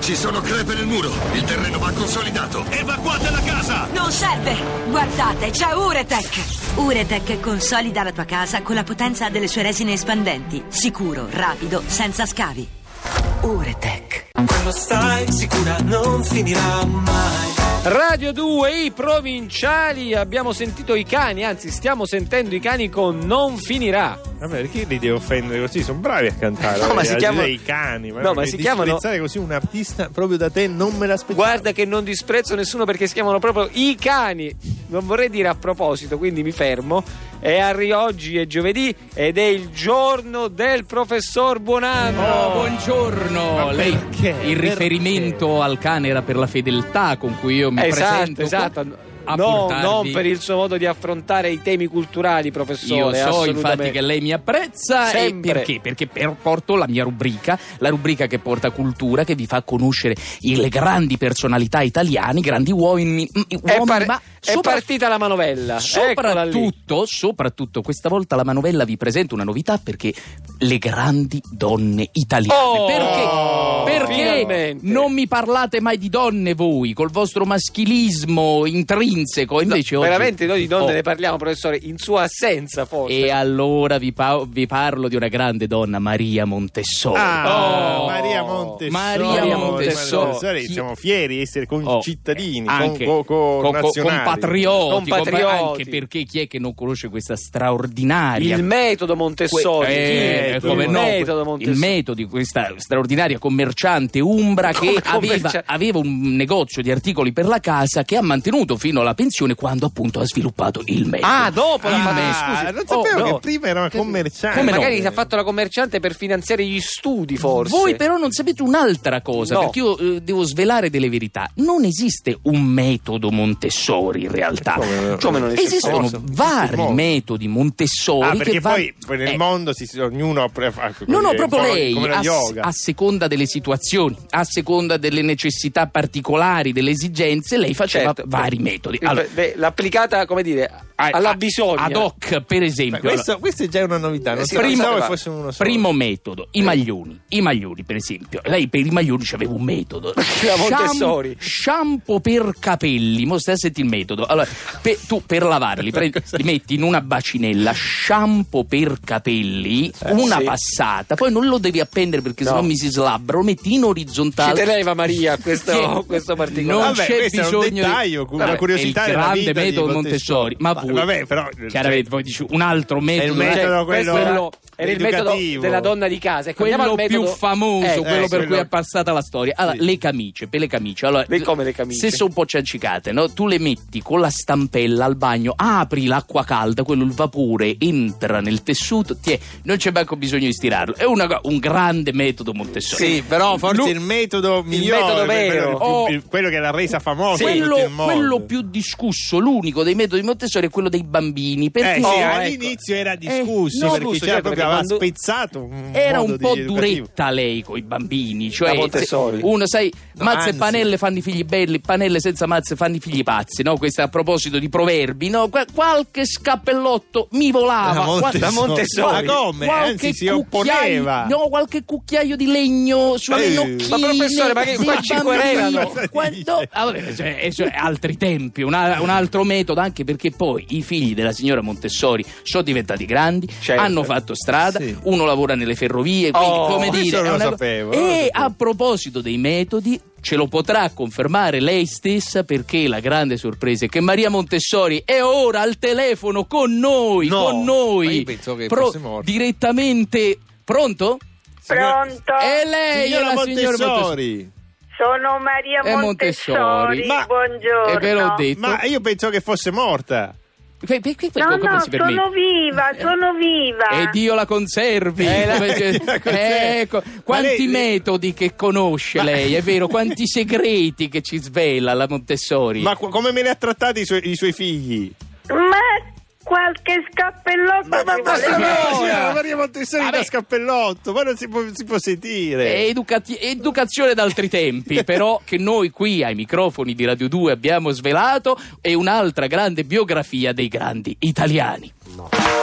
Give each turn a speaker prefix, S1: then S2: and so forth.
S1: Ci sono crepe nel muro. Il terreno va consolidato. Evacuate la casa!
S2: Non serve! Guardate, c'è Uretech! Uretech consolida la tua casa con la potenza delle sue resine espandenti. Sicuro, rapido, senza scavi. Uretech.
S3: Quando stai sicura non finirà mai.
S4: Radio 2, i provinciali, abbiamo sentito i cani, anzi stiamo sentendo i cani con Non finirà.
S5: Vabbè, perché li devo offendere così? Sono bravi a cantare.
S4: No, ma
S5: ragazzi,
S4: si chiamano-
S5: i cani.
S4: No, ma
S5: perché
S4: si chiamano-
S5: disprezzare così un artista proprio da te non me l'aspettavo.
S4: Guarda che non disprezzo nessuno perché si chiamano proprio i cani. Non vorrei dire a proposito, quindi mi fermo. È arri oggi, è giovedì ed è il giorno del professor Buonanno.
S6: Oh, buongiorno.
S5: Ma
S6: Lei-
S5: perché?
S6: il
S5: Perché?
S6: riferimento al cane era per la fedeltà con cui io mi
S4: Esatto,
S6: presento.
S4: esatto.
S6: a
S4: No,
S6: portarvi-
S4: non per il suo modo di affrontare i temi culturali,
S6: Io
S4: professore.
S6: so
S4: assolutamente.
S6: infatti che lei mi apprezza e
S4: Sempre.
S6: perché? Perché per- porto la mia rubrica, la rubrica che porta cultura, che vi fa conoscere i- le grandi personalità italiane, i grandi uomini,
S4: è,
S6: uomini,
S4: par-
S6: ma
S4: è
S6: sopra-
S4: partita la manovella. Eccola lì.
S6: Soprattutto, soprattutto questa volta la manovella vi presenta una novità perché le grandi donne italiane.
S4: Oh,
S6: perché? Perché
S4: finalmente.
S6: non mi parlate mai di donne voi col vostro maschilismo intrinseco? Invece oggi-
S4: Veramente noi di donne
S6: Oh.
S4: ne parliamo, professore, in sua assenza forse.
S6: E allora vi, pa- vi parlo di una grande donna, Maria Montessori.
S5: Ah,
S4: Oh.
S5: Maria Montessori.
S6: Maria Montessori.
S5: Montessori,
S6: Chi-
S5: Siamo fieri di essere
S6: Oh,
S4: eh,
S5: concittadini,
S6: anche
S5: con, con, con nazionali.
S6: compatrioti,
S4: Compatrioti.
S6: compa- anche perché chi è che non conosce questa straordinaria
S4: il metodo Montessori.
S6: Eh,
S4: il
S6: come no,
S4: metodo
S6: il
S4: Montessori.
S6: metodo di questa straordinaria commerciante umbra
S4: Come
S6: che aveva,
S4: commerciante?
S6: aveva un negozio di articoli per la casa che ha mantenuto fino alla pensione quando appunto ha sviluppato il metodo.
S4: Ah, dopo la
S6: Il
S4: me-
S5: Ah,
S6: metodo.
S4: scusi.
S5: non sapevo
S4: Oh,
S5: che
S4: no.
S5: prima era Ah, una commerciante.
S6: Come no?
S4: Magari si è fatto la commerciante per finanziare gli studi, forse.
S6: Voi però non sapete un'altra cosa,
S4: No.
S6: perché io eh, devo svelare delle verità. Non esiste un metodo Montessori in realtà.
S5: Come-
S4: Come non esiste?
S6: Esistono
S5: Forse.
S6: vari
S5: Modi.
S6: metodi Montessori
S5: Ah, perché
S6: che va-
S5: poi poi nel
S6: Eh,
S5: mondo si, si- ognuno. pre- fa-
S6: No, no,
S5: come-
S6: proprio
S5: come-
S6: lei,
S5: Come la
S6: a,
S5: yoga.
S6: a seconda delle situazioni, a seconda delle necessità particolari, delle esigenze, lei faceva
S4: Certo.
S6: vari metodi.
S4: Beh,
S6: Allora,
S4: beh, L'applicata, come dire,
S6: a-
S4: alla
S6: a-
S4: bisogna.
S6: Ad hoc, per esempio.
S5: Beh, questo, questo è già una novità.
S6: Eh,
S5: Non
S4: Sì,
S5: primo,
S4: primo-
S5: pensavo che fosse uno solo.
S6: Primo metodo, i maglioni. I maglioni, per esempio. Lei per i maglioni c'aveva un metodo.
S4: La Montessori.
S6: Sham- shampoo per capelli. Mo stai a sentire il metodo. Allora, pe- tu per lavarli, prendi- li metti in una bacinella, shampoo per capelli, una
S4: Eh, sì.
S6: passata. Poi non lo devi appendere perché
S4: No.
S6: sennò mi si slabbra. Lo metti in
S4: Ci
S6: orizzontale.
S4: teneva Maria questo,
S6: Sì.
S4: questo particolare.
S6: Non
S5: Vabbè,
S6: c'è
S5: questo è un
S6: bisogno
S5: dettaglio,
S6: di...
S5: una curiosità
S6: è il
S5: della
S6: grande
S5: vita di
S6: metodo
S5: Montessori.
S6: Montessori. Ma
S5: Va-
S6: voi,
S5: vabbè, però- cioè-
S6: chiaramente, voi dici un altro metodo.
S5: il metodo
S6: eh?
S5: quello
S4: Cioè, questo era, era il metodo
S5: educativo.
S4: della donna di casa. Ecco,
S6: quello
S4: andiamo al metodo-
S6: più famoso,
S4: Ecco,
S6: quello
S5: eh,
S6: per
S5: quello-
S6: cui è passata la storia. Allora, le camicie, per le camicie. Allora,
S4: Le- come le camicie?
S6: Se sono un po' ciancicate, no? tu le metti con la stampella al bagno, apri l'acqua calda, quello il vapore entra nel tessuto, ti è- non c'è manco bisogno di stirarlo. È una- un grande metodo Montessori.
S5: Sì, però forse
S6: Lu-
S5: il metodo migliore,
S4: metodo vero.
S5: quello,
S6: Oh.
S5: più- quello che l'ha resa famosa in tutto
S6: quello,
S5: il mondo.
S6: quello più discusso, l'unico dei metodi Montessori è quello dei bambini. Perché
S5: Eh, sì,
S4: Oh, ecco.
S5: all'inizio
S6: Eh,
S5: era discusso
S4: no, discusso,
S5: perché c'era
S4: certo,
S5: proprio
S4: perché
S5: aveva
S4: quando-
S5: spezzato un
S6: era
S5: modo
S6: un po'
S5: di- educativo.
S6: duretta lei con i bambini,
S4: La
S6: cioè
S4: Montessori.
S6: se- uno sai,
S5: No,
S6: mazze
S5: anzi.
S6: e panelle fanno i figli belli, panelle senza mazze fanno i figli pazzi, no? Questo a proposito di proverbi, no? Qua- qualche scappellotto mi volava,
S5: La
S6: qual-
S5: Montessori.
S4: da Montessori.
S5: Ma come?
S6: qualche
S5: Anzi, si
S6: cucchiaio,
S5: opponeva.
S6: no, qualche cucchiaio di legno sulle
S5: Eh.
S6: nocchine.
S4: Ma professore, ma che-
S6: dei
S4: qua ci
S6: bambini.
S4: querelano.
S5: Cosa
S6: Quando-
S5: dice?
S6: Ah, vabbè, cioè, eh, cioè, altri tempi, una- un altro metodo, anche perché poi i figli della signora Montessori sono diventati grandi,
S4: Certo.
S6: hanno fatto strada,
S5: Sì.
S6: uno lavora nelle ferrovie, quindi
S4: Oh,
S6: come
S5: questo
S6: dire...
S5: non
S6: è
S5: lo
S6: una-
S5: sapevo,
S6: e
S5: non lo sapevo.
S6: a proposito dei metodi, ce lo potrà confermare lei stessa perché la grande sorpresa è che Maria Montessori è ora al telefono con noi,
S5: No,
S6: con
S5: ma io
S6: noi,
S5: pensavo che
S6: Pro-
S5: fosse morta.
S6: direttamente... Pronto?
S5: Signora-
S7: Pronto?
S6: È lei, è
S5: signora
S6: Eh, la signora Montessori.
S5: Montessori
S7: Sono Maria
S6: È
S7: Montessori.
S5: Ma-
S7: Buongiorno.
S6: E ve l'ho detto.
S5: ma io pensavo che fosse morta
S6: Que- que- que-
S7: No,
S6: come
S7: no,
S6: si permette?
S7: sono viva, sono viva.
S6: E Dio la conservi.
S5: Eh, la-
S6: Come si-
S5: la conservi.
S6: Ecco,
S5: Ma lei-
S6: quanti metodi che conosce lei, è vero? Quanti segreti che ci svela la Montessori.
S5: ma qu- come me ne ha trattati i suoi, i suoi figli
S7: Ma qualche scappellotto mi
S4: ma
S7: voleva-
S4: signora-
S5: signora, Maria Montessori
S6: Vabbè. Eh,
S5: da scappellotto ma non si può, si può sentire
S6: È educati- educazione d'altri tempi, però, che noi qui ai microfoni di Radio 2 abbiamo svelato è un'altra grande biografia dei grandi italiani.